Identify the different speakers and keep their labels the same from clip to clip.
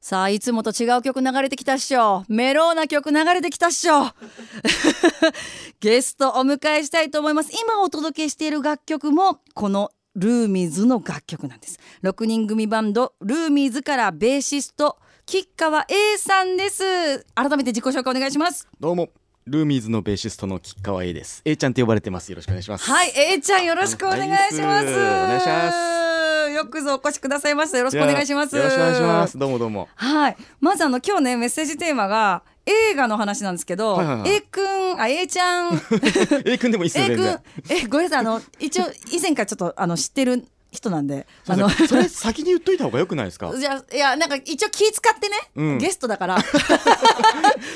Speaker 1: さあいつもと違う曲流れてきたっしょメローな曲流れてきたっしょ ゲストお迎えしたいと思います今お届けしている楽曲もこのルーミーズの楽曲なんです6人組バンドルーミーズからベーシスト吉川 A さんです改めて自己紹介お願いします
Speaker 2: どうもルーミーズのベーシストの吉川 A です A ちゃんって呼ばれてますよろしくお願いします
Speaker 1: はい A ちゃんよろしくお願いします
Speaker 2: お願いします
Speaker 1: よくぞお越しくださいましたよろしくお願いします
Speaker 2: やよろしくお願いしますどうもど うも
Speaker 1: はい、まずあの今日ねメッセージテーマが映画の話なんですけど、
Speaker 2: はいはいはい
Speaker 1: A 君あ A ちゃん
Speaker 2: A 君でもいいっすよ
Speaker 1: A
Speaker 2: 全
Speaker 1: 君
Speaker 2: 然
Speaker 1: えごめんなさいあの一応以前からちょっとあの知ってる人なんで。あの
Speaker 2: すいませんそれ先に言っといた方がよくないで すか
Speaker 1: じゃあいやなんか一応気使ってね、
Speaker 2: うん
Speaker 1: ゲストだから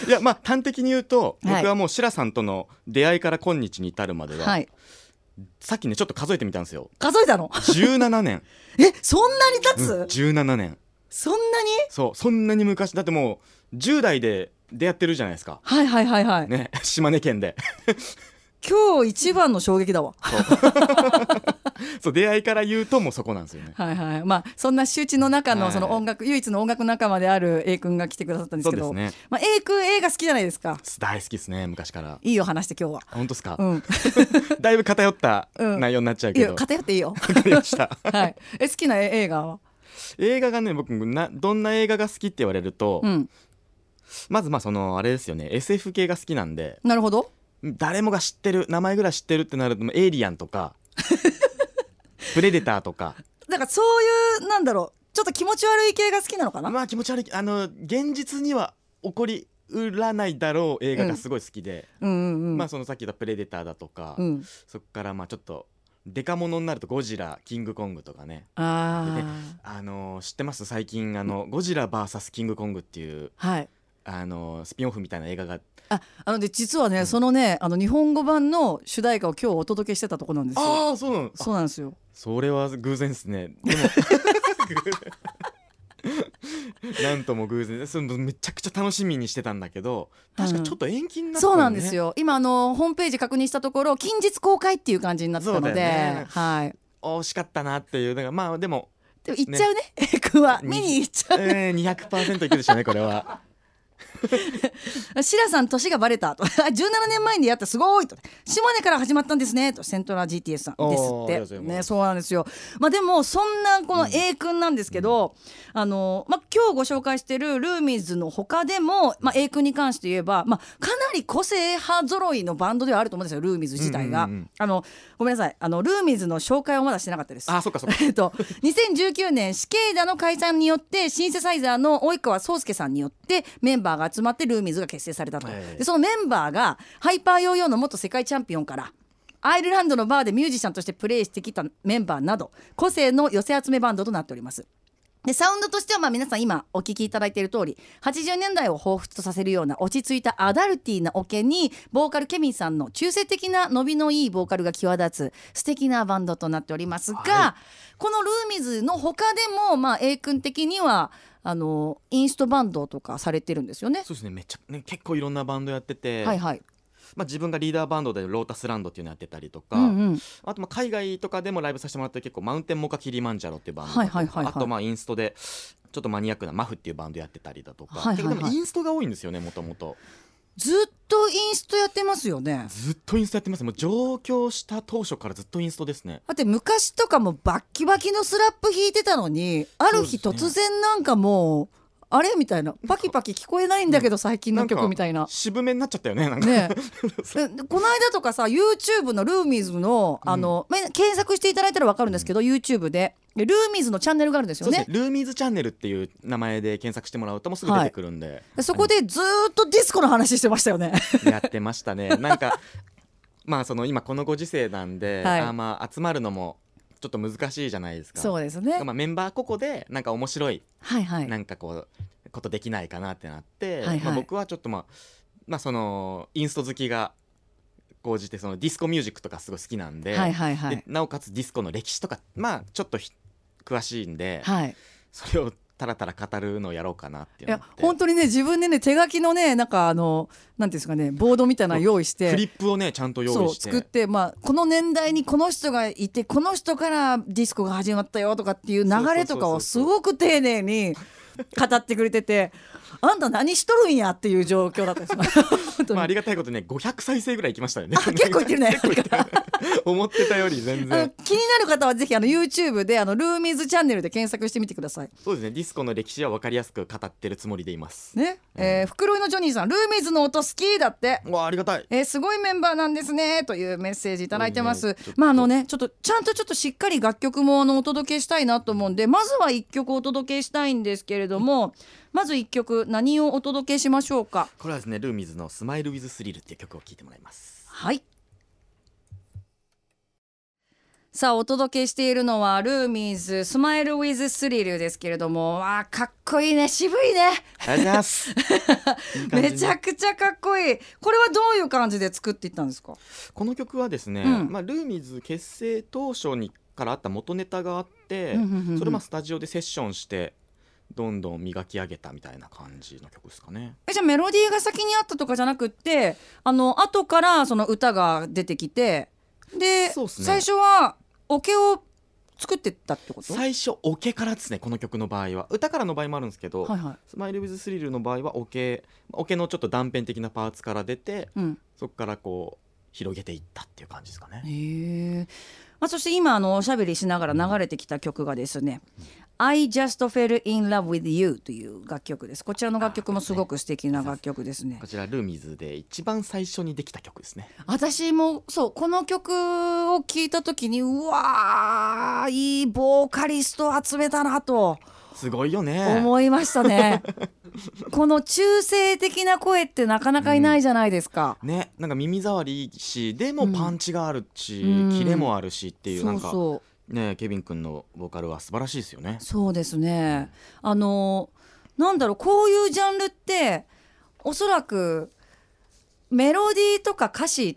Speaker 2: いやまあ端的に言うと
Speaker 1: はい
Speaker 2: 僕はもうシラさんとの出会いから今日に至るまでは、
Speaker 1: はい
Speaker 2: さっきねちょっと数えてみたんですよ
Speaker 1: 数えたの
Speaker 2: 17年、
Speaker 1: え そんなに経
Speaker 2: うん
Speaker 1: つ、
Speaker 2: 17年
Speaker 1: そんなに
Speaker 2: そうそんなに昔だってもう10代で出会ってるじゃないですか
Speaker 1: はいはいはいはい、
Speaker 2: ね 島根県で
Speaker 1: 今日一番の衝撃だわ
Speaker 2: そう出会いから言うともうそこなんですよね
Speaker 1: はいはいまあそんな周知の中の
Speaker 2: はい
Speaker 1: その音楽、唯一の音楽仲間である A 君が来てくださったんです
Speaker 2: そう
Speaker 1: け
Speaker 2: で
Speaker 1: ど
Speaker 2: すね
Speaker 1: まあ、A 君映画好きじゃないですか
Speaker 2: 大好きですね昔から
Speaker 1: いいよ話して今日は
Speaker 2: 本当ですか、
Speaker 1: うん
Speaker 2: だいぶ偏った
Speaker 1: うん
Speaker 2: 内容になっちゃう
Speaker 1: い
Speaker 2: けど、
Speaker 1: や偏っていいよ
Speaker 2: わかりました
Speaker 1: はいえ好きな映画は
Speaker 2: 映画がね僕などんな映画が好きって言われると、
Speaker 1: うん
Speaker 2: まずまあそのあれですよね SF 系が好きなんで
Speaker 1: なるほど
Speaker 2: 誰もが知ってる名前ぐらい知ってるってなるともうエイリアン とかプレデターとか
Speaker 1: だからそういうなんだろうちょっと気持ち悪い系が好きなのかな、
Speaker 2: まあ気持ち悪いあの現実には起こりうらないだろう映画がすごい好きで、
Speaker 1: うんうんうん、
Speaker 2: まあそのさっき言った「プレデター」だとか、
Speaker 1: うん、
Speaker 2: そこからまあちょっとデカモノになると「ゴジラ」「キングコング」とかね
Speaker 1: あ
Speaker 2: で
Speaker 1: ー
Speaker 2: あのー知ってます最近あの「ゴジラ VS キングコング」っていう
Speaker 1: はい
Speaker 2: あのースピンオフみたいな映画が
Speaker 1: ああので実はね、
Speaker 2: ん
Speaker 1: そのねあの日本語版の主題歌を今日お届けしてたとこなんですよ
Speaker 2: ああそうなのあ
Speaker 1: そうなんですよ
Speaker 2: それは偶然ですねでも偶然なんとも 偶然そのめちゃくちゃ楽しみにしてたんだけど確かちょっと延期になった
Speaker 1: そ
Speaker 2: のね
Speaker 1: うなんですよ今あのホームページ確認したところ近日公開っていう感じになったので、
Speaker 2: そうだよね
Speaker 1: はい
Speaker 2: 惜しかったなっていうだからまあでも、
Speaker 1: でも行っちゃうね A 君は見に行っちゃ
Speaker 2: えー、200%いくでしょうねこ れは
Speaker 1: うシラさん年がバレた と17年前にやったすごいと島根から始まったんですねとセントラ GTS さん
Speaker 2: おーありがと
Speaker 1: で
Speaker 2: うご
Speaker 1: す
Speaker 2: ざ
Speaker 1: っ
Speaker 2: い
Speaker 1: て
Speaker 2: ます
Speaker 1: ねそうなんですよまあでもそんなこの A 君なんですけど、あのまあ今日ご紹介してるルーミーズの他でもまあ A 君に関して言えばまあかなり個性派揃いのバンドではあると思うんですよルーミーズ自体が、
Speaker 2: うんうんうん
Speaker 1: あのごめんなさいあのルーミーズの紹介をまだしてなかったです
Speaker 2: あそっかそっか
Speaker 1: えっと、2019年死刑ダの解散によってシンセサイザーの及川壮介さんによってメンバーが集まってルーミーズが結成されたと、
Speaker 2: ええ
Speaker 1: でそのメンバーがハイパーヨーヨーの元世界チャンピオンからアイルランドのバーでミュージシャンとしてプレイしてきたメンバーなど個性の寄せ集めバンドとなっております。でサウンドとしてはまあ皆さん今お聞きいただいている通り80年代を彷彿とさせるような落ち着いたアダルティーなオケにボーカルケミンさんの中性的な伸びのいいボーカルが際立つ素敵なバンドとなっておりますが、
Speaker 2: は
Speaker 1: このルーミズの他でも、まあ、A 君的にはあのインストバンドとかされてるんですよね。
Speaker 2: そうですねめっちゃ、ね、結構いろんなバンドやってて、
Speaker 1: はいはい、
Speaker 2: まあ、自分がリーダーバンドでロータスランドっていうのやってたりとか、
Speaker 1: うんうん、
Speaker 2: あとまあ海外とかでもライブさせてもらってる結構マウンテンモカキリマンジャロっていうバンド
Speaker 1: はい
Speaker 2: とか
Speaker 1: はいはいはい
Speaker 2: あとまあインストでちょっとマニアックなマフっていうバンドやってたりだとか、
Speaker 1: はいはいはい
Speaker 2: 結構でもインストが多いんですよねもともと
Speaker 1: ずっとインストやってますよね。
Speaker 2: ずっとインストやってますもう上京した当初からずっとインストですね
Speaker 1: だって昔とかもバッキバキのスラップ弾いてたのにある日
Speaker 2: そうです
Speaker 1: 突
Speaker 2: ね
Speaker 1: 然なんかもうあれみたいなパキパキ聞こえないんだけど最近の曲みたい な。
Speaker 2: 渋めになっちゃったよねなんか、
Speaker 1: ねえでこの間とかさ YouTube のルーミーズのあの、まあ検索していただいたら分かるんですけど、YouTube ででルーミーズのチャンネルがあるんです
Speaker 2: そ
Speaker 1: よ
Speaker 2: うです
Speaker 1: ね
Speaker 2: ね。ルーミーズチャンネルっていう名前で検索してもらうともうすぐ出てくるんで、
Speaker 1: でそこでずーっとディスコの話してましたよね。
Speaker 2: やってまし たねなんかまあその今このご時世なんで、
Speaker 1: はい
Speaker 2: あーまあ集まるのもちょっと難しいじゃないですか
Speaker 1: そうですね
Speaker 2: ま。あ、メンバー個々でなんか面白い
Speaker 1: はいはい。
Speaker 2: なんかこうことできないかなってなって、
Speaker 1: はいはい
Speaker 2: まあ、僕はちょっとまあ、まあ、そのインスト好きが講じてそのディスコミュージックとかすごい好きなんで,、
Speaker 1: はいはいはい
Speaker 2: で。なおかつディスコの歴史とかまあちょっとひ詳しいんで、
Speaker 1: はい。
Speaker 2: それをたらたら語るのをやろうかなって
Speaker 1: い
Speaker 2: 思っ
Speaker 1: や
Speaker 2: て
Speaker 1: 本当にね自分でね手書きのねなんかあのなんていうんですかねボードみたいなの用意して
Speaker 2: フリップをねちゃんと用
Speaker 1: そ
Speaker 2: 意
Speaker 1: う
Speaker 2: して
Speaker 1: 作って、まあ、この年代にこの人がい てこの人からディスコが始まったよとかっていう流れとかをすごく丁寧に語ってくれててあんた何しとるんやっていう状況だったんです 本当に
Speaker 2: まあ、ありがたいことにね500再生ぐらいいきましたよね
Speaker 1: あ結構いってるね
Speaker 2: 結構 いってる思ってたより全
Speaker 1: あの
Speaker 2: 然
Speaker 1: 気になる方はぜひあの YouTube であのルーミーズチャンネルで検索してみてください。
Speaker 2: そうですねディスコの歴史は分かりやすく語ってるつもりでいます
Speaker 1: ね、えー、袋井のジョニーさんルーミーズの音好きだって。
Speaker 2: うわありがたい
Speaker 1: えーすごいメンバーなんですねというメッセージいただいてます。
Speaker 2: そうですねちょっと
Speaker 1: まああのねちょっとちゃんとちょっとしっかり楽曲もあのお届けしたいなと思うんでまずは一曲お届けしたいんですけれどもまず一曲何をお届けしましょうか
Speaker 2: これはですねルーミーズの「スマイル・ウィズ・スリル」っていう曲を聴いてもらいます
Speaker 1: はい。さあお届けしているのはルーミーズスマイルウィズスリルですけれどもわあかっこいいね渋いね
Speaker 2: ありがとうございますいい感 じ
Speaker 1: め
Speaker 2: に
Speaker 1: ちゃくちゃかっこいいこれはどういう感じで作っていったんですか
Speaker 2: この曲はですね、
Speaker 1: うん
Speaker 2: まあ、ルーミーズ結成当初にからあった元ネタがあって、
Speaker 1: うんうんうんうん
Speaker 2: それをまあスタジオでセッションしてどんどん磨き上げたみたいな感じの曲ですかね。
Speaker 1: えじゃあメロディーが先にあったとかじゃなくってあの後からその歌が出てきてで、
Speaker 2: そうっすね
Speaker 1: 最初はオケを作ってったってことはい
Speaker 2: 最初オケからですねこの曲の場合は歌からの場合もあるんですけど「
Speaker 1: はい
Speaker 2: スマイル・ウィズ・スリル」の場合はオケオケのちょっと断片的なパーツから出て
Speaker 1: うん、
Speaker 2: そこからこう広げていったっていう感じですかね。
Speaker 1: へえ、まあ、そして今あのおしゃべりしながら流れてきた曲がですね「I Just Fell in Love with You」という楽曲ですこちらの楽曲もすごく素敵な楽曲ですね
Speaker 2: こちらルーミーズで一番最初にできた曲ですね。
Speaker 1: 私もそうこの曲を聴いた時にうわーいいボーカリスト集めたなと
Speaker 2: すごいよね。
Speaker 1: 思いましたね この中性的な声ってなかなかいないじゃないですか、
Speaker 2: ね、なんか耳障りいいしでも
Speaker 1: うん
Speaker 2: パンチがあるし、
Speaker 1: うん
Speaker 2: キレもあるしっていうなんか
Speaker 1: そうそう
Speaker 2: ねケビン君のボーカルは素晴らしいですよね。
Speaker 1: そうですね。あのなんだろうこういうジャンルっておそらくメロディーとか歌詞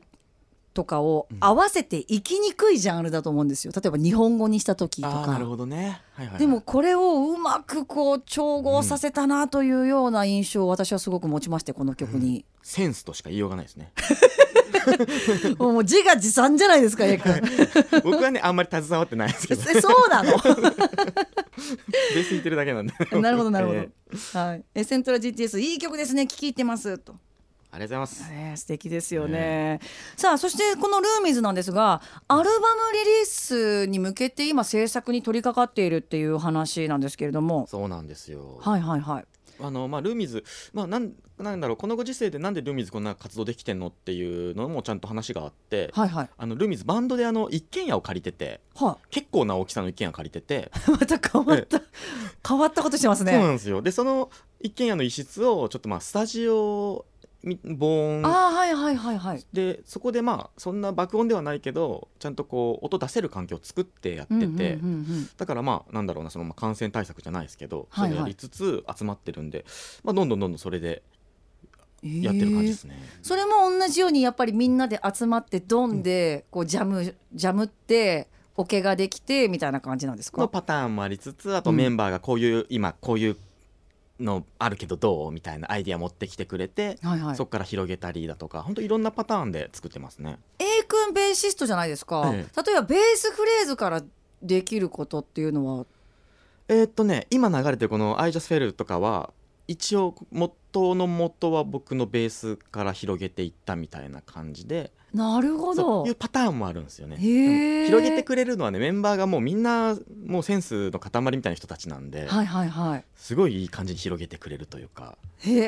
Speaker 1: とかを合わせていきにくいジャンルだと思うんですよ。例えば日本語にした時と
Speaker 2: あーなる
Speaker 1: か。
Speaker 2: ほどね、はいはいはい
Speaker 1: でもこれをうまくこう調合させたなというような印象を私はすごく持ちましてこの曲に、
Speaker 2: センスとしか言いようがないですね
Speaker 1: もう自画自賛じゃない ですかエイ君
Speaker 2: 僕はねあんまり携わってな いですけど
Speaker 1: えそうなの
Speaker 2: ベース弾いてるだけなんで
Speaker 1: なるほどなるほど、
Speaker 2: えー
Speaker 1: はい、エセントラ GTS いい曲ですね聴き入ってますと
Speaker 2: ありがとうございます
Speaker 1: ね素敵ですよね。さあそしてこの「ルーミーズ」なんですがアルバムリリースに向けて今制作に取り掛かっているっていう話なんですけれども
Speaker 2: そうなんですよ、
Speaker 1: はいはいはい。
Speaker 2: あのまあルーミーズまあなんなんだろうこのご時世でなんでルーミーズこんな活動できてんのっていうのもちゃんと話があって、
Speaker 1: はいはい。
Speaker 2: あのルーミーズバンドであの一軒家を借りてて
Speaker 1: は
Speaker 2: 結構な大きさの一軒家借りてて
Speaker 1: い、また変わった変わったことしてます
Speaker 2: そうな
Speaker 1: ね。
Speaker 2: んですよでその一軒家の一室をちょっとまあスタジオみ防音
Speaker 1: ああはいはいはいはい。
Speaker 2: でそこでまあそんな爆音ではないけどちゃんとこう音出せる環境を作ってやって
Speaker 1: うんう
Speaker 2: て、
Speaker 1: んうんうん
Speaker 2: だからまあなんだろうなそのまあ感染対策じゃないですけど、
Speaker 1: はいはい
Speaker 2: それやりつつ集まってるんで、まあ、どんどんどんどんそれで
Speaker 1: え
Speaker 2: やってる感じで
Speaker 1: ー
Speaker 2: すね。
Speaker 1: それも同じようにやっぱりみんなで集まってドンでこうジャムジャムってオケができてみたいな感じなんです
Speaker 2: の
Speaker 1: か。
Speaker 2: パターンもありつつあと
Speaker 1: うん
Speaker 2: メンバーがこういう、今こういうのあるけどどうみたいなアイディア持ってきてくれて、
Speaker 1: はいはい
Speaker 2: そ。こから広げたりだとか本当いろんなパターンで作ってますね。
Speaker 1: A 君ベーシストじゃないですか、
Speaker 2: え
Speaker 1: 例えばベースフレーズからできることっていうのは
Speaker 2: えーっとね今流れてるこの「I just fell」とかは一応元の元は僕のベースから広げていったみたいな感じで
Speaker 1: なるほど
Speaker 2: そういうパターンもあるんですよね。
Speaker 1: へー
Speaker 2: でも広げてくれるのはねメンバーがもうみんなもうセンスの塊みたいな人たちなんで、
Speaker 1: はいはいはい
Speaker 2: すごいいい感じに広げてくれるというか
Speaker 1: へ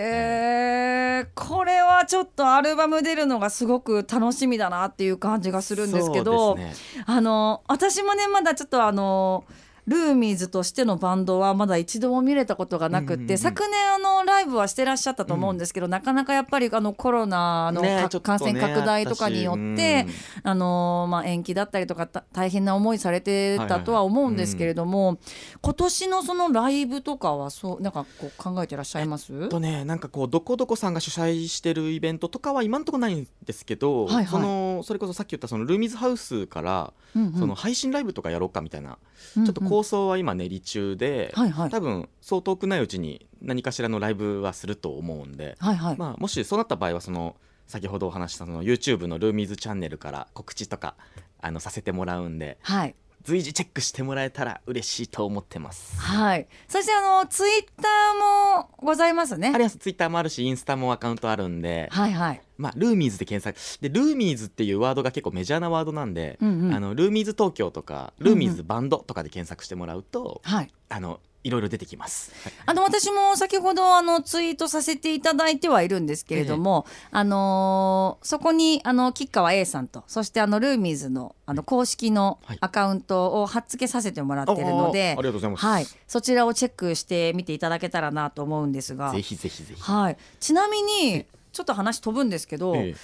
Speaker 1: え、これはちょっとアルバム出るのがすごく楽しみだなっていう感じがするんですけ
Speaker 2: そ
Speaker 1: ど
Speaker 2: うですね
Speaker 1: あの私もねまだちょっとあのルーミーズとしてのバンドはまだ一度も見れたことがなくって、
Speaker 2: うんうんうん
Speaker 1: 昨年あのライブはしてらっしゃったと思うんですけど、なかなかやっぱりあのコロナのか、
Speaker 2: ねちょっとね
Speaker 1: 感染拡大とかによって、あのーまあ、延期だったりとかた大変な思いされてたとは思うんですけれども、今年のそのライブとかはそうなんかこう考えてらっしゃいます、
Speaker 2: あとねなんかこうどこどこさんが主催してるイベントとかは今のところないんですけど、
Speaker 1: はいはい
Speaker 2: そのそれこそさっき言ったそのルーミーズハウスから
Speaker 1: うんうん
Speaker 2: その配信ライブとかやろうかみたいな、
Speaker 1: うんうん
Speaker 2: ちょっと構想は今練り中で、
Speaker 1: はいはい
Speaker 2: 多分そう遠くないうちに何かしらのライブはすると思うんで、
Speaker 1: はいはい、
Speaker 2: まあ、もしそうなった場合はその先ほどお話ししたその YouTube のルーミーズチャンネルから告知とかあのさせてもらうんで
Speaker 1: はい
Speaker 2: 随時チェックしてもらえたら嬉しいと思ってます
Speaker 1: はい。そしてあのツイッターもございますね
Speaker 2: あ。りますツイッターもあるしインスタもアカウントあるんで、
Speaker 1: はいはい。
Speaker 2: まあ、ルーミーズで検索でルーミーズっていうワードが結構メジャーなワードなんで、
Speaker 1: うんうん
Speaker 2: あのルーミーズ東京とかルーミーズバンドとかで検索してもらうと、
Speaker 1: はい。
Speaker 2: あのいろいろ出てきます、はい
Speaker 1: あの私も先ほどあのツイートさせていただいてはいるんですけれども、あのーそこにあの吉川 A さんとそしてあのルーミーズのあの公式の
Speaker 2: はい
Speaker 1: アカウントを貼っ付けさせてもらってるので、
Speaker 2: あありがとうございます、
Speaker 1: はい、そちらをチェックしてみていただけたらなと思うんですが
Speaker 2: ぜ、ひぜひぜひ、
Speaker 1: はい、ちなみにちょっと話飛ぶんですけど、
Speaker 2: ええ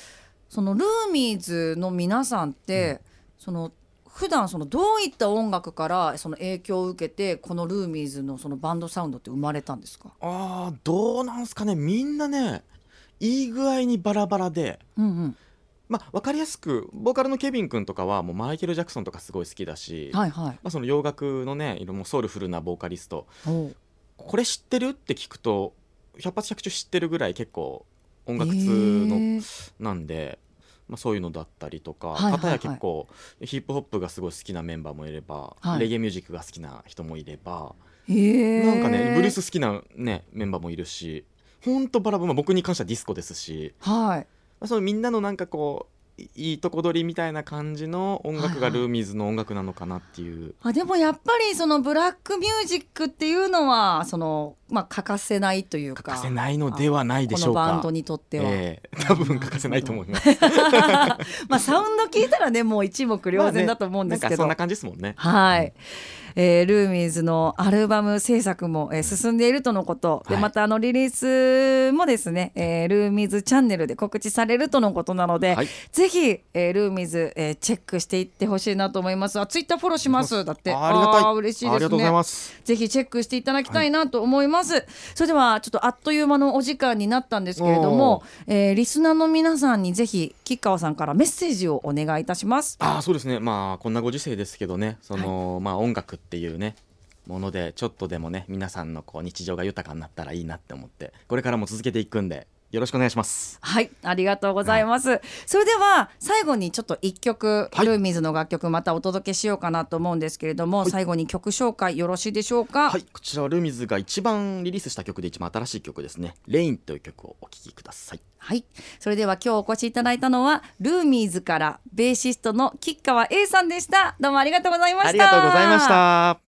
Speaker 1: そのルーミーズの皆さんって、その普段そのどういった音楽からその影響を受けてこのルーミーズのそのバンドサウンドって生まれたんですか、
Speaker 2: あーどうなんすかねみんなねいい具合にバラバラで
Speaker 1: うんうん、
Speaker 2: まあ分かりやすくボーカルのケビン君とかはもうマイケル・ジャクソンとかすごい好きだし、
Speaker 1: はいはい。
Speaker 2: まあ、その洋楽のねいろもうソウルフルなボーカリスト
Speaker 1: おう
Speaker 2: これ知ってるって聞くと百発百中知ってるぐらい結構音楽
Speaker 1: へ
Speaker 2: 通の
Speaker 1: ー
Speaker 2: なんで、まあ、そういうのだったりとか、
Speaker 1: はいはいはい
Speaker 2: 片や結構ヒップホップがすごい好きなメンバーもいれば、
Speaker 1: はい
Speaker 2: レゲエミュージックが好きな人もいれば、
Speaker 1: へー
Speaker 2: なんかねブルース好きな、ね、メンバーもいるしほんとバラバラ、まあ僕に関してはディスコですし、
Speaker 1: はい。
Speaker 2: まあ、そのみんなのなんかこういいいとこ取りみたいな感じの音楽
Speaker 1: は
Speaker 2: が
Speaker 1: いはい
Speaker 2: ルーミーズの音楽なのかなっていう。
Speaker 1: あでもやっぱりそのブラックミュージックっていうのはそのまあ欠かせないというか。
Speaker 2: 欠かせないのではないで
Speaker 1: こ
Speaker 2: しょ
Speaker 1: の
Speaker 2: うか。
Speaker 1: バンドにとっては、
Speaker 2: ええ多分欠かせないと思います。
Speaker 1: まあサウンド聞いたらねもう一目
Speaker 2: ま
Speaker 1: 瞭
Speaker 2: あね
Speaker 1: 然だと思うんですけ
Speaker 2: なんかそ
Speaker 1: ど、
Speaker 2: んな感じですもんね。
Speaker 1: はい、えールーミーズのアルバム制作も、えー進んでいるとのことで
Speaker 2: はい
Speaker 1: またあのリリースもですね、えールーミーズチャンネルで告知されるとのことなので、
Speaker 2: はい
Speaker 1: ぜひ、えールーミーズ、えーチェックしていってほしいなと思いますあツイッターフォローしますだって
Speaker 2: あありがたい。
Speaker 1: ー嬉しいですね
Speaker 2: ありがとうございます。
Speaker 1: ぜひチェックしていただきたいなと思います、それではちょっとあっという間のお時間になったんですけれども、えーリスナーの皆さんにぜひ吉川さんからメッセージをお願いいたします
Speaker 2: ああそうですね。まあこんなご時世ですけどね、その、まあ音楽っていうね。ものでちょっとでもね皆さんのこう日常が豊かになったらいいなって思ってこれからも続けていくんでよろしくお願いします
Speaker 1: はい、ありがとうございます。それでは最後にちょっと一曲、
Speaker 2: はい
Speaker 1: ルーミーズの楽曲またお届けしようかなと思うんですけれども、最後に曲紹介よろしいでしょうか。
Speaker 2: はいこちらはルミズが一番リリースした曲で一番新しい曲ですね「レインという曲をお聴きください
Speaker 1: はい、それでは今日お越しいただいたのはルーミーズからベーシストの吉川 A さんでした。どうもありがとうございました。
Speaker 2: ありがとうございました